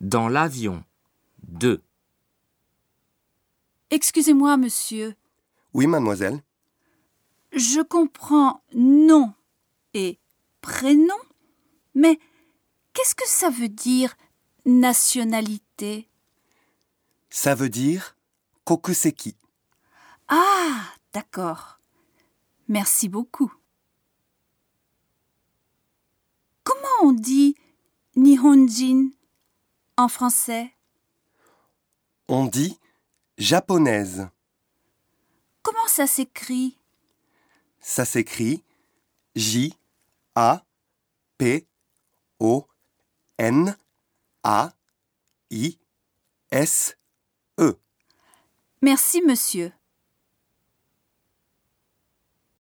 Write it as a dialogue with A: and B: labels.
A: Dans l'avion. 2.
B: Excusez-moi, monsieur.
C: Oui, mademoiselle.
B: Je comprends nom et prénom, mais qu'est-ce que ça veut dire nationalité
C: Ça veut dire kokuseki.
B: Ah, d'accord. Merci beaucoup. Comment on dit Nihonjin en français
C: On dit japonaise.
B: Comment ça s'écrit
C: Ça s'écrit J A P O N A I S E.
B: Merci, monsieur.